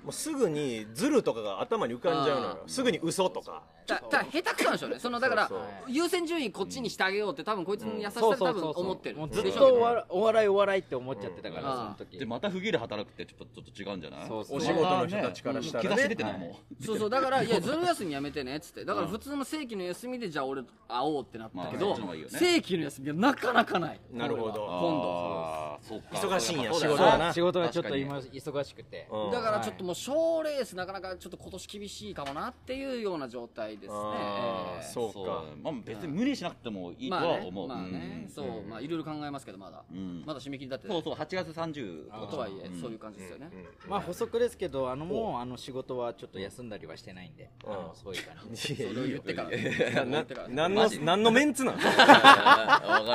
もうすぐにズルとかが頭に浮かんじゃうのよすぐに嘘とかだだ下手くそなんでしょうねそのだから優先順位こっちにしてあげようって多分こいつの優しさで多分思ってるもうずっでしとょおうね笑いお笑いお笑いって思っちゃってたから、うんその時でまた不義理働くってちょっとちょっと違うんじゃないそうそうお仕事の人たちからした気らがし出ねてないもそうそうだからいやずる休みやめてねっつってだから普通の正規の休みでじゃあ俺会おうってなったけまあそどっちの方がいいよね正規の休みはなかなかないなるほどこれうは今度あーそうか忙しいんやそうだよ仕事ねはな仕事がちょっと今忙しくて、うんだからちょっともう賞レースなかなかちょっと今年厳しいかもなっていうような状態ですね。あーええそうそうかだねまあ別に無理しなくてもいいとまあはね思う、まあね、うんそう、まあいろいろ考えますけどまだ、んまだ締め切りだってそうそう8月30あとはいえ、うんそう いう感じですよね。まあ補足ですけどあのもうあの仕事はちょっと休んだりはしてないんで、んあのそういう感じいやそれを言ってから、ななてから何のマジ何のメンツ な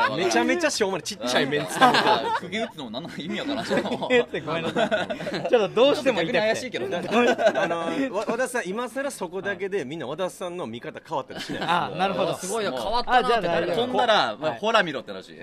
のめめちゃめちゃしょうもないちっちゃいメンツ釘打つのも何の意味わからんしごめんなさいちょっとどうしても逆言いに怪たくしいてけど ねあのわ和田さん今更そこだけでみんな和田さんの見方変わったりしないあなるほどすごいよ変わったあじゃなあって大誰丈が夫飛んだら、まあ、ほら見ろって話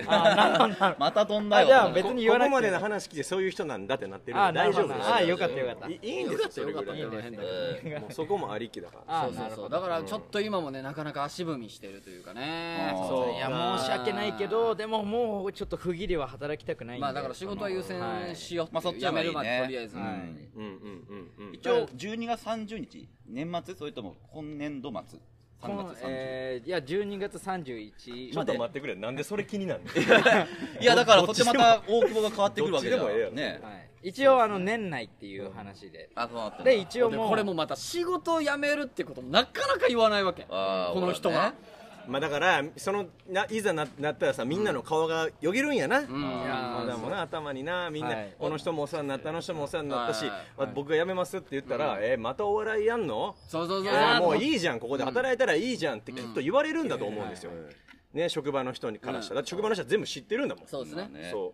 また飛んだよあじゃあ別に言わこなこまくてでの話聞いてそういう人なんだってなってるあのなる大丈夫ほどですあよかったよかったいいいんでよすよかったそよれかぐったらいよかったもうそこもありきだからあそうそなうるそほうだどからちょっと今もねなかなか足踏みしてるというかねあーそういや申し訳ないけどでももうちょっと不義理は働きたくないんでまあだから仕事は優先しようまあっそていっうちやはめいるいまでねとりあえずうんうんうんうんうん一応12月30日年末それとも今年度末こ3の月30日、えーいや12月31ちょっと待ってくれなんでそれ気になんのいやだからそっちまた大久保が変わってくるわけだどっちでもええやろねはい、一応あの年内っていう話で、あそうなったで一応でもうこれもまた仕事を辞めるってこともなかなか言わないわけこあーの人は、 まあだからそのないざななったらさみんなの顔がよぎるんやな、うんいやまだもな頭になみんな、はいこの人もお世話になったあの人もお世話になったし、はいまあ僕が辞めますって言ったら、えーまたお笑いやんのそうそうそういやあーもういいいじゃんここで働いたらいいじゃんってきっと言われるんだと思うんですよ、ね、職場の人にからしたら、だって職場の人は全部知ってるんだもんそうですねねそ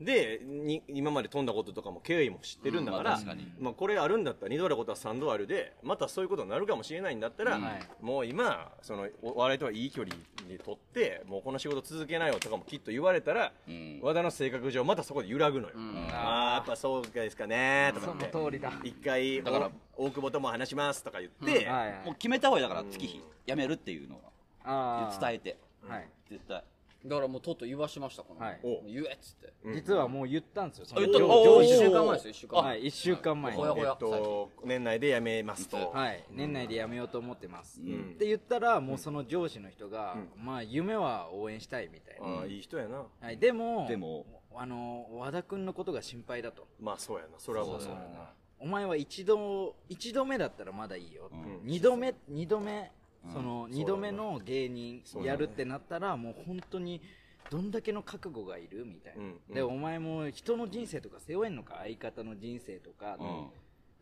う、でに今まで飛んだこととかも経緯も知ってるんだから、うんままあ確かあにこれあるんだったら二度あることは三度あるでまたそういうことになるかもしれないんだったら、もう今そのお笑いとはいい距離で取ってもうこの仕事続けないよとかもきっと言われたら、ん和田の性格上またそこで揺らぐのよ、ああやっぱそうですかねとかってその通りだ一回だからお大久保とも話しますとか言って、はいもう決めた方がいいだから月日やめるっていうのあはー伝えてはい絶対だからもうとうとう言わしましたこの、はいお言えっつって実はもう言ったんですよその言ったの上おー一週間前ですよ一週間前はい、1週間前に、ほやほえやっと年内で辞めますと、はい、年内で辞めようと思ってます、って言ったらもうその上司の人が、まあ夢は応援したいみたいな、ああいい人やなはい、でもでもあの和田君のことが心配だとまあそうやなそれはもうそうやなお前は一度一度目だったらまだいいよ、二度目二度目その二度目の芸人やるってなったらもう本当にどんだけの覚悟がいるみたいな、うんでお前も人の人生とか背負えんのか相方の人生とか、うん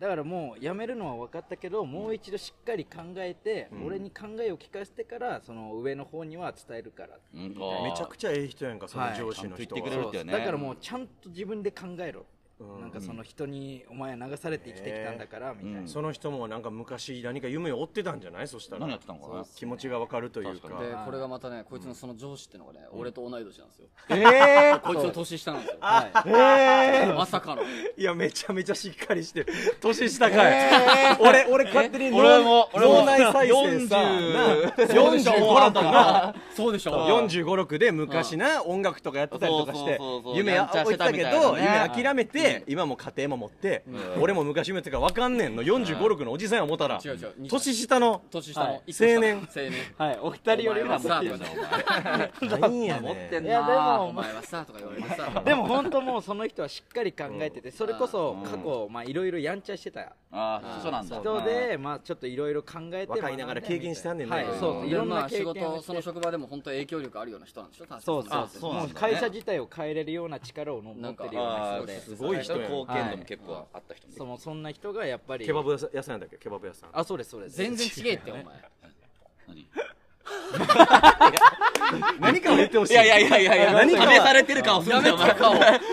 だからもうやめるのは分かったけどもう一度しっかり考えて、俺に考えを聞かせてからその上の方には伝えるから、うんめちゃくちゃええ人やんかその上司のはいち人ゃんと言ってくれはるだよねだからもうちゃんと自分で考えろ、なんかその人にお前は流されて生きてきたんだからみたいな、その人もなんか昔何か夢を追ってたんじゃないそした何やらってたのかな気持ちがわかるというか確でこれがまたねこいつのその上司ってのがね、俺と同い年なんですよえーこいつの年下なんですよ、はいまさかの いやめちゃめちゃしっかりしてる年下かい俺俺勝手に脳俺も俺も脳内再生さ45とかそうでしょ456で昔な音楽とかやってたりとかしてそうそうそうそう夢やあんちゃ置しいててたたみけたいなどね夢諦めて今もう家庭も持って俺も昔夢ってかわかんねんの456のおじさんや思ったら違う違う年下の年下の、はい一個下の青年青年はい、お二人よりもさ先とか何やねんいやでもお前はさとか言われてさでも本当もうその人はしっかり考えててそれこそ過去まあいろいろやんちゃしてたああそうなんだ人でまあちょっといろいろ考えて若いながら経験したんねんなはいそうそういでろもんまなあ仕経験を事しそのて職場でも本当影響力あるような人なんでしょ確かにそうそうあそうなんだもう会社自体を変えれるような力を持なんっかてるようなあ人ーですごい人や貢献度も結構あった人そのそんな人がやっぱりケバブ屋さん屋さんやったっけケバブ屋さんあそうですそうです全然違えってお前何何かを言ってほしいやいやいやいやいや、何何か試されてる顔するんだよ、お前。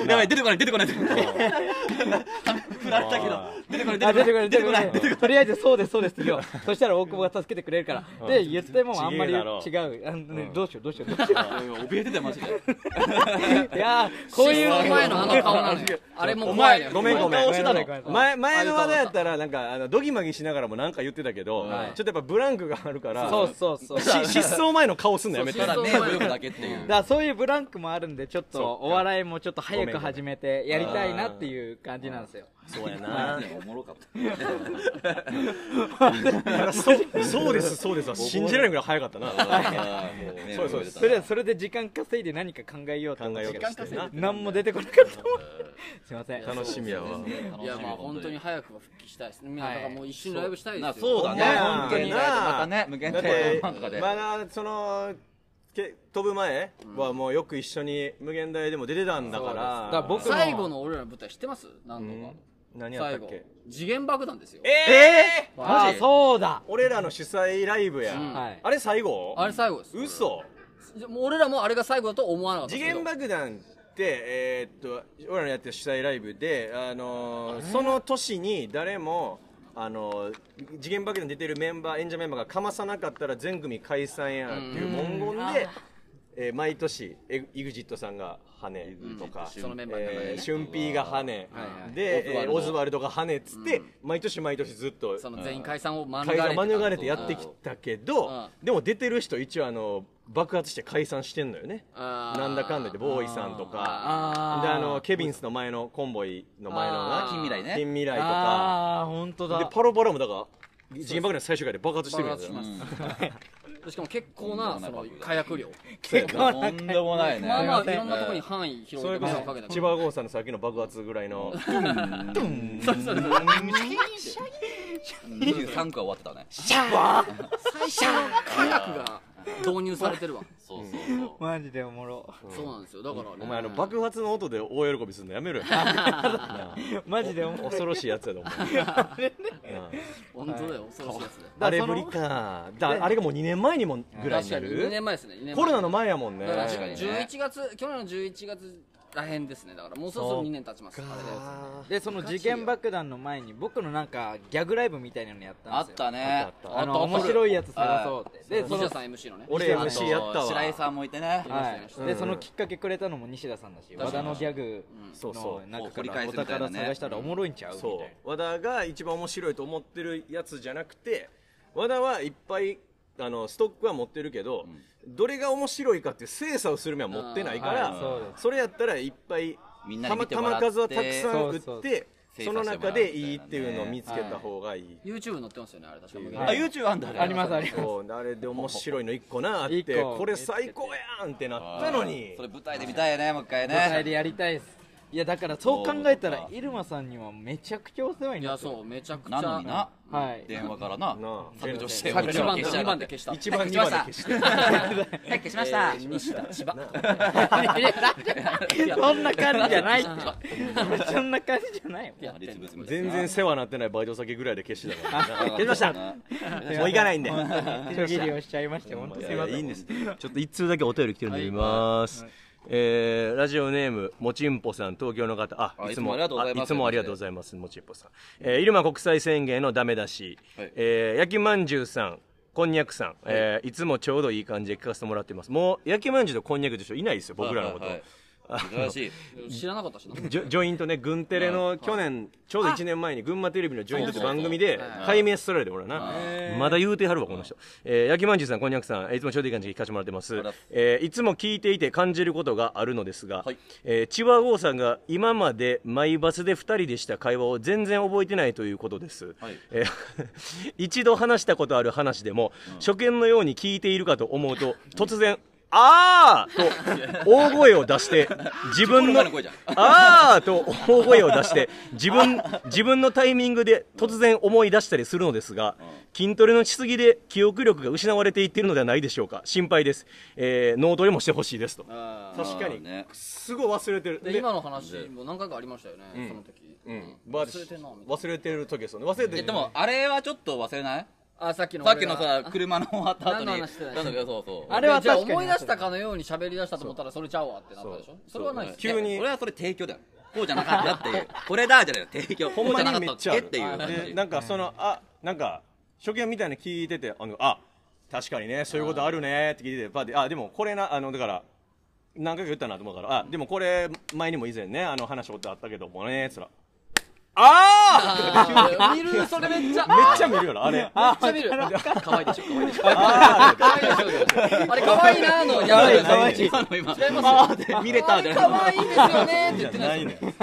やばい、出てこない、出てこない。はめ振られたけど、あ出てこない出てこないとりあえずそうですそうですって言おうそしたら大久保が助けてくれるからで言ってもあんまり違違うえだろあのねどうしようどうしようどうしよ怯えてたよマジでういやーこうい失踪う前のあの顔なのよあれもお怖い前のよごめんごめんどうしたの前前の話題やったらなんかあのドギマギしながらもなんか言ってたけど、はいちょっとやっぱブランクがあるからそうそうそうし失踪前の顔すんのやめてそうただね武力だけっていだうからそういうブランクもあるんでちょっそとっかお笑いもちょっと早く始めてやりたいなっていう感じなんですよそうやおもろかったそう そうですそうですは信じられんぐらい早かったなあーもうねそうそう覚えてたそれでそれで時間稼いで何か考えようと考思っえようてとしてな何も出てこなかった すいません楽しみやわいやまあ本当に早く復帰したいですねみんなだからもう一緒にライブしたいなですよそうだねね本当になまたね無限だっ大て漫画でまだそのけ飛ぶ前はもうよく一緒に無限大でも出てたんだからだから僕も最後の俺らの舞台知ってます何度か何や最ったっ後け次元爆弾ですよえー、ああそうだ俺らの主催ライブや、んはいあれ最後あれ最後です嘘もう俺らもあれが最後だと思わなかった次元爆弾って、えーっと俺らのやってる主催ライブで、あのーその年に誰も、あのー次元爆弾出てるメンバー演者メンバーがかまさなかったら全組解散やっていう文言で、えー毎年え EXIT さんが跳ねとか、そのメンバーの中でえねー、シュンピーが跳ね、はいでえーオズワルドが跳ねっつって、毎年毎年ずっとその全員解散を免れ解て散免れてやってきたけど、うんでも出てる人一応あの爆発して解散してんのよねあーなんだかんだでボーイさんとかあであのケビンスの前のコンボイの前のあーな近未来ね近未来とかああ本当でだパロパロもだから次元爆弾最終回で爆発して爆るん発ですしよましたしかも結構なその火薬量結構とんでもないねまあまあすいませんいろんなとこに範囲広そげれこて迷そ惑かけたか千ら葉郷さんのさっきの爆発ぐらいの23区は終わってたね最初の火薬が導入されてるわそうそうそうマジでおもろそうなんですよだからねお前あの爆発の音で大喜びするのやめろよ マジでおもろ 恐ろしいやつやでお前本当だよ恐ろしいやつであれぶりかだあれがもう2年前にもぐらい確にかなにる2年前ですね2年前コロナの前やもんねだから確かにね11月去年の11月らへんですねだからもうそろそろ2年経ちますあれ ででその次元爆弾の前に僕のなんかギャグライブみたいなのやったあんっですよたねあったああの面白いやつ探そうってでそ西の田さん MC のね俺 MC やったわ白井さんもいてねはい、でそのきっかけくれたのも西田さんだし和田のギャグそうそのう中か掘りら返おすみたいな宝ね探したらおもろいんちゃうみたいなそう和田が一番面白いと思ってるやつじゃなくて和田はいっぱいあのストックは持ってるけど、どれが面白いかっていう精査をする目は持ってないから、あーはいそうでそれやったらいっぱいみんなに見ても玉らって数はたくさん打ってそそうそうそうの中でいいっていうのを見つけた方がいい、 YouTube 載ってますよねあれ確かにあ YouTube あんだねありますありますそうあれで面白いの1個なあっ一て個これ最高やんってなったのにそれ舞台で見たいよねもう一回舞台ねでやりたいですいやだからそう考えそたらうか入間さんにはめちゃくちゃお世話にいなやってるそうめちゃくちなゃのになはい電話からななあ削除して1番で消しやがっ2番てで消した一番にまで消してはい消しました西田千葉そんな感じじゃないってそんな感じじゃないよやってんの全然世話なってないバイト先ぐらいで消してたから な消しましたもうも行かないんで手切りをしちゃいまして本当すいませんいいんですちょっと一通だけお便り来てるんで読みます、えーラジオネームもちんぽさん東京の方ああいいつつももありがとうございますあつもありがとうございますもちんぽさん、えー、入間国際宣言のダメ出し、はいえー焼きまんじゅうさんこんにゃくさん、えーいつもちょうどいい感じで聞かせてもらってますもう焼きまんじゅうとこんにゃくでしょいないですよ僕らのこと、はいあの珍しい知らなかったしなジョジョイントね、軍テレの去年、ちょうど1年前に群馬テレビのジョイントって番組で、解明されて、俺らな。まだ言うてはるわ、この人。えー、焼きまんじゅうさん、こんにゃくさん、えーいつもちょうどいい感じで聞かせてもらってますりがとう。えーいつも聞いていて感じることがあるのですがはい、えーチワゴーさんが今までマイバスで2人でした会話を全然覚えてないということです。はいえー 一度話したことある話でも、初見のように聞いているかと思う と、突然、あーと大声を出 して、自分の自己流れの声じゃん、あーと大声を出 して自分自分のタイミングで突然思い出したりするのですが筋トレのしすぎで記憶力が失われていっているのではないでしょうか心配です、えー脳トレもしてほしいですと確かにねすごい忘れてるで今の話も何回かありましたよねその時忘忘れれててんなみたいな忘れてる時ですよね忘れてえるでもあれはちょっと忘れないあさっきのさっきの俺がさ車の終わった後何のに話してたっけなんだけどそうそうあれはじゃあ確かに思い出したかのように喋り出したと思ったらそれちゃうわってなったでしょそれはないですね急急にに俺はそれ提供だよこうじゃなかったっていうこれだじゃないよ提供こほんうじまゃなかにめったっっちゃあけっるていう感でじなんかそのあなんか初見みたいなの聞いててあのあ確かにねそういうことあるねって聞いててパッてあでもこれなあのだから何回か言ったなと思うからあでもこれ前にも以前ねあの話したことあったけどもねっつったらああー見るそれめっちゃあめっちゃ見るよなあれめっちゃ見る可愛いでしょ可愛いでしょあれ可愛いなーのやばいよ可愛い今の今違いますよ見れたじゃない可愛いですよねって言ってないないね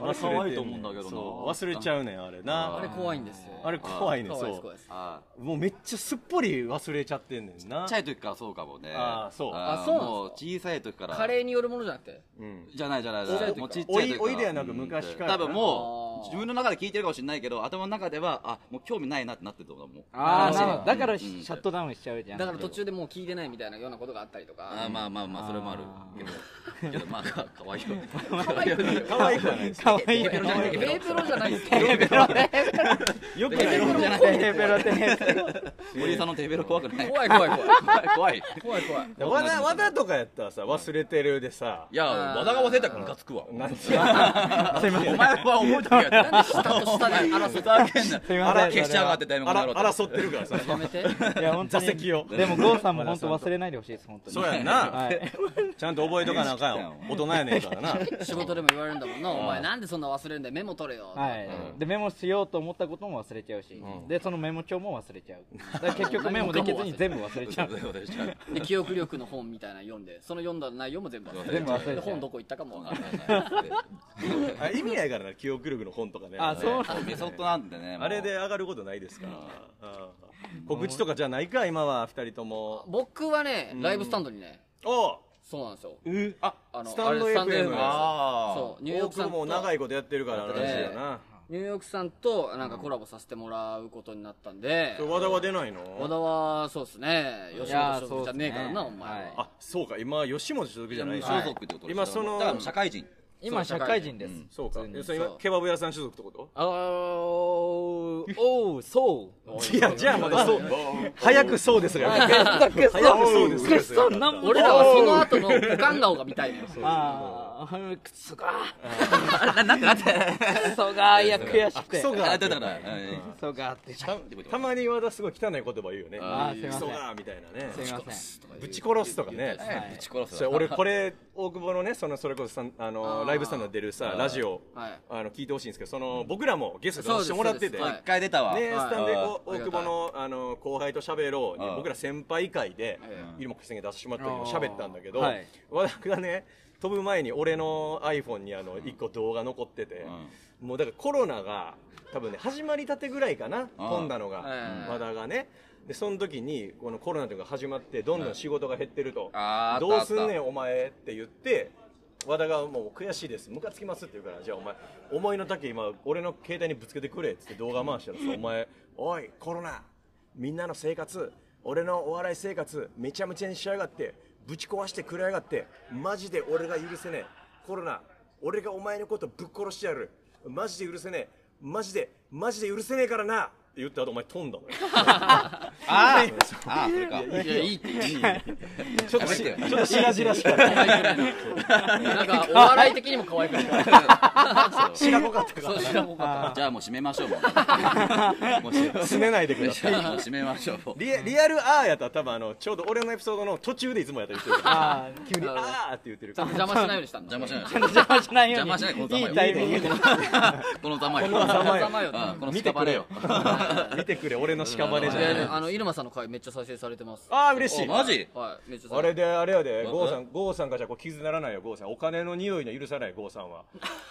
あれ可愛いと思うんだけどな忘れちゃうねんあれなああれれ怖いんですよあれ怖いね怖いですそ怖いですあうもうめっちゃすっぽり忘れちゃってんねんーちなっちゃい時からそうかもねあーそうーあそうなんもう小さい時からカレーによるものじゃなくてうんじゃないじゃないじゃ小さないい時もうちっちゃいお時いからおいではなく昔から多分もあうー自分の中で聞いてるかもしれないけど頭の中ではあもう興味ないなってなってると思うもうああーあなるほどだからうんシャットダウンしちゃうじゃんだから途中でもう聞いてないみたいなようなことがあったりとあーかまあまあまあそれもあるけどけどまあか かわいいよ可愛い ですよ可愛くはないですかわいいエペロじゃないエペロじゃないですよペロテヘペロよくペなロいじゃないテヘペロテヘペロ森井さんのテーブル怖くない怖い怖い怖い怖い怖い怖い怖い和田和田とかやったらさ忘れてるでさいやあー和田が忘れたからムカつくわなんつうのお前は思いたくやなんで下と下で争ふうざけんなすいあませんら消しちゃがってだいぶあらう争ってるからさやめていや本当に座席をでも郷さんも本当忘れないでほしいです本当にそうやんはないちゃんと覚えとかなあかんよ大人やねんからな仕事でも言われるんだも んなお前なんでそんな忘れるんだよメモ取れよはいでメモしようと思ったことも忘れちゃうしでそのメモ帳も忘れちゃうだから結局メモできずに全部忘れちゃう で記憶力の本みたいなの読んでその読んだ内容も全部忘れ全部忘れちゃうで本どこ行ったかもわからないあ意味ないからな記憶力の本とかねあそうメソッドなんでねもうあれで上がることないですからあー告知とかじゃないか今は二人とも僕はねライブスタンドにねおうそうなんですよえああのスタンドあれスタンド FM あああそうニューヨ大ークさ久ん保もと長いことやってるからなええ話だよなニューヨークさんとなんかコラボさせてもらうことになったんでそれ和田は出ない和の田はそうっすね吉本所属じゃねえからなそうおっすね前はあそうか今吉本所属じゃないし所属ってことでしょ今そのだから社会人今社会人ですそうか普通に要するに今ケバブ屋さん所属ってことあおーおーそういや、じゃあまたそう。早くそうですが。ゲ早くスそうですゲストなんも俺らはその後の股間顔が見 たいのよああクソがななんてなんてクソがいや悔しくクてソクがあだからソがってすたまに和田すごい汚い言葉言うよね。あークソすいませがみたいなね。みませぶち殺すとかね。はいぶち殺すそれ俺これ大久保のねそのそれこそさんあのあーライブスタンドに出るさラジオはいあの聞いてほしいんですけどその僕らもゲストで出してもらっててそうですそうですはいね一回出たわスタンドでこう大はい久保のあの後輩と喋ろうにうん僕ら先輩会でえイルモクセン出してもらった時も喋ったんだけどあーはい和田がね飛ぶ前に俺の iPhone にあの一個動画残っててもうだからコロナが多分ね始まりたてぐらいかなうん飛んだのがええ和田がねでその時にこのコロナというか始まってどんどん仕事が減ってるとあーあったどうすんねんお前って言って和田がもう悔しいですムカつきますって言うからじゃあお前思いの丈今俺の携帯にぶつけてくれっつって動画回 したらさお前おいコロナみんなの生活俺のお笑い生活めちゃめちゃにしやがってぶち壊してくれやがってマジで俺が許せねえコロナ俺がお前のことぶっ殺してやるマジで許せねえマジでマジで許せねえからなって言った後お前飛んだのよ あーあーそれかえいやいいっていい ちょっとしちやめてょよっと白々しかった可愛くないななんかお笑い的にも可愛くない 白子かったかそうら知らんかったじゃあもう締めましょうもうもう締詰めないでくださいめもう締めましょうもうリアリアルあーやったら多分あのちょうど俺のエピソードの途中でいつもやったりしてるからあー急にあーって言ってるから邪魔しないようにしたんだ邪魔しないで邪魔しないように邪魔しないこのざまよいタイミングでこのざまよこのざまよ邪魔よあーこの見スてカくバれレよ よ見てくれ俺の屍いじやいゃやないあの入間さんの回めっちゃ再生されてますああ嬉しいおマジはいめっちゃ再生あれであれやでうん郷さん郷さんがじゃこう傷ならないよ郷さんお金の匂いの許さない郷さんは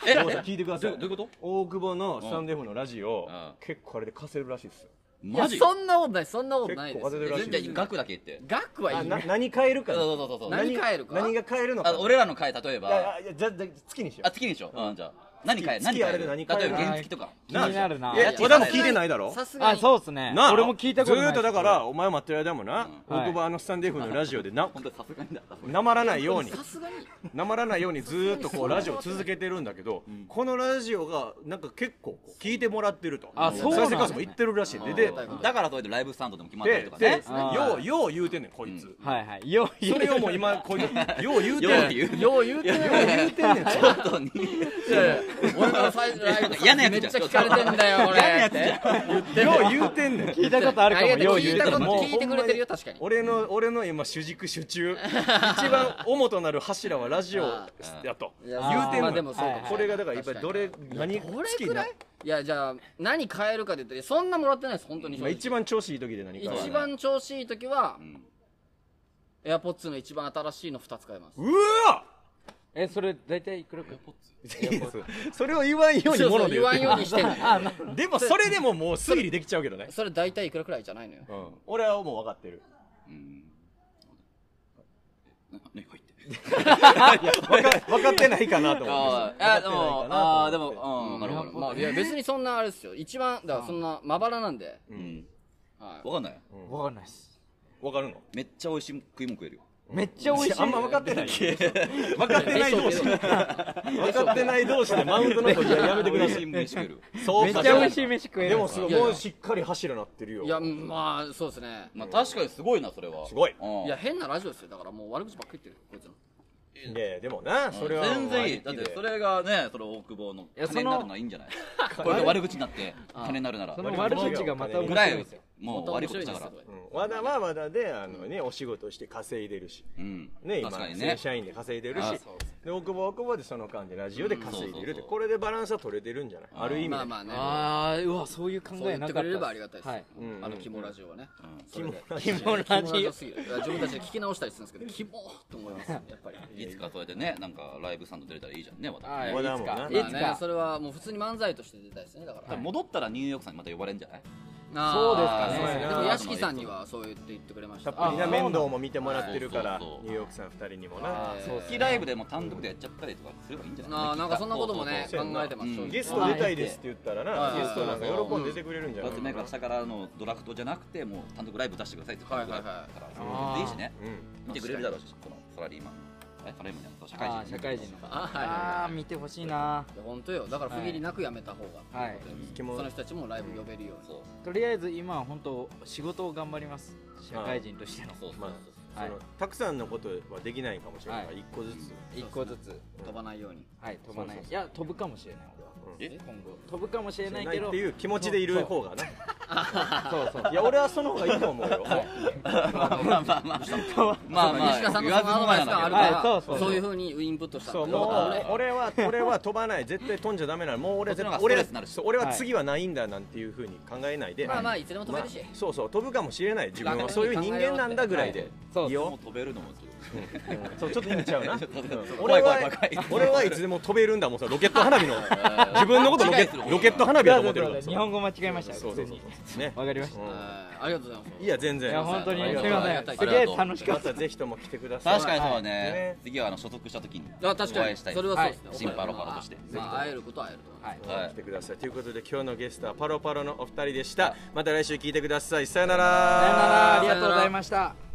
え郷さん聞いてくださいどどういうこと大久保のスタンデフのラジオうん結構あれで稼いでるらしいですよいやマジそんなことないそんなことないで結構す風邪出るらしいじゃあ額だけ言って額はいあいなね何買えるかそうそうそうそう何買えるか何が買えるのあか俺らの会例えいやばいやじゃじゃ月にしよあ月にしよううんじゃあ何変え何月変あえれでる例何え変ばえる原付とか気になるなえや和田も聞いてないだろさすがあにそうですね俺も聞いたことないずーっとだからあお前待ってる間もな、はい僕はあのスタンデーフのラジオでな本当にさすがにだったなまらないようにさすがになまらないようにずーっとこうラジオ続けてるんだけど、このラジオがなんか結構こう聞いてもらってるとあそうなんだ再生回数も言ってるらしいんででだからといってライブスタンドでも決まったりでとかでねあーようよう言うてんねんこいつ、はいはいようそれをもう今こいつよう言うてんよねうん言うよう言うてない言うてんねんちょっとに俺から最初のライブ 嫌なやめつっじちゃゃん聞かれてんだよこれ嫌なやつじゃんよう言うてんねん聞いたことあるかもよう聞言いうたてことももう聞いてくれてるよ確かに俺の俺の今主軸主中一番主となる柱はラジオやとい言やうてんまあねでんもそうかもしないこれがだからいっぱいどれ何どれ好きくならいいやじゃあ何変えるかで言ったらそんなもらってないです本当に正今直一番調子いい時で何か一番調子いい時はん AirPods の一番新しいの2つ買いますうわえそれ大体いくらかそれを言わんようにそうもそのうで言わんようにして んのあま言うでもそれでももう推理できちゃうけどねそれ大体いくらくらいじゃないのようん俺はもう分かってるうんな何入って分か分かってないかなと思っあてーあでもあーでもうんんなるほどまあいや別にそんなあれですよ一番だからそんなまばらなんでうんはいわかんないあわかんないっす分かるのめっちゃ美味しい食い物食えるよめっちゃ美味しいあんま分かってない分かってない同士分かってない同士でマウントの取り合いやめてくだ美さ味しいい飯食えるよそうめっかちゃ美味しい飯食えるでもすごいいやいやもうしっかり柱なってるよいやうんまあそうですねまあ確かにすごいなそれはすごいうんいや変なラジオですよだからもう悪口ばっかり言ってるこいつのいやいやでもなそれは全然いいまだあっでてそれがねそれ大久保のやそ金のになるのはいいんじゃないこれが悪口になって金になるならその悪口がまた面ぐら白いいですよもう悪いことしたからうん和田は和田であのねお仕事して稼いでるしうんね今確かに正ね社員で稼いでるしあで大久保は大久保でその間でラジオで稼いでるうんそうってそうそうこれでバランスは取れてるんじゃないある意味まあまあねああうわそういう考えそう言っなてかっくたれればあっりすがたいですはいよあのキモラジオはねキモラキモラキモジラジオすぎる自分たちで聞き直したりするんですけどキモーと思いますやっぱりいつかそれでねなんかライブサンド出れたらいいじゃんねまたはいこれだもんないつかいつまあねかそれはもう普通に漫才として出たいですねだから戻ったらニューヨークさんにまた呼ばれるんじゃないあーそうですかねでも屋敷さんにはそう言って言ってくれましたたっぷりなあ面倒も見てもらってるからあそうそうそうニューヨークさん二人にもなえーそうっすキライブでも単独でやっちゃったりとかすればいいんじゃないあーなんかそんなこともねそうそ考うそうえてますうんゲ正ス直ト出たいですって言ったらはないゲストなんか喜んで出てくれるんじゃそうそうだないってなんか下からのドラフトじゃなくてもう単独ライブ出してくださいってはい単はい独はライいブだからそういううのでいいしねん見てくれるだろうしこのサラリーマンえサラリーマンじゃない社会あ人ー社会人のあはいあはあ見てほしいないいや本当よだから不義理なくやめた方がはい気そもの人たちもライブ呼べるようそうにとりあえず今は本当仕事を頑張ります社会人としてのそうそうまあそはいのたくさんのことはできないかもしれないからは一個ずつ一個ずつ飛ばないようにはい飛ばないそうそうそういや飛ぶかもしれないうんえ俺は今後飛ぶかもしれないないけっどていう気持ちでいる方がなそうそういや俺はその方がいいと思う よまあまあまあまあまあ西川さん言のそわずのアドもバがイスながだけどあるから、はいそうそそうういうふうにインプットしたそうだもからう俺は俺は飛ばない絶対飛んじゃダメなのもう俺は絶対そっ俺ちの方がストレはスになるしそう俺は次はないんだなんていうふうに考えないでまあまあいつでも飛べるしまあそうそう飛ぶかもしれない自分は楽にそういう人間なんだぐらいで考えようっいいよもうて飛べるのもちょっうんそうちょっと似ちゃう なうん怖俺い怖い怖はい怖い俺はいつでも飛べるんだもんさロケット 花火の自分のことロケ違いするロケット花火だと思ってるそうからそうそう日本語間違えましたそう普そ通うそうにねわかりましたうんえーありがとうございますいや全然いや本当にありがすとうみごまざいせまんすすげえ楽しかまったたぜひとも来てくだとさい確かにそねうね次はあの所属した時にあ確おか会にいしたいそれはそうですねはい新パロパロとしてまあ会えることは会えると思いますはいはい来てくださいということで今日のゲストはパロパロのお二人でしたまた来週聞いてくださいさよならありがとうございました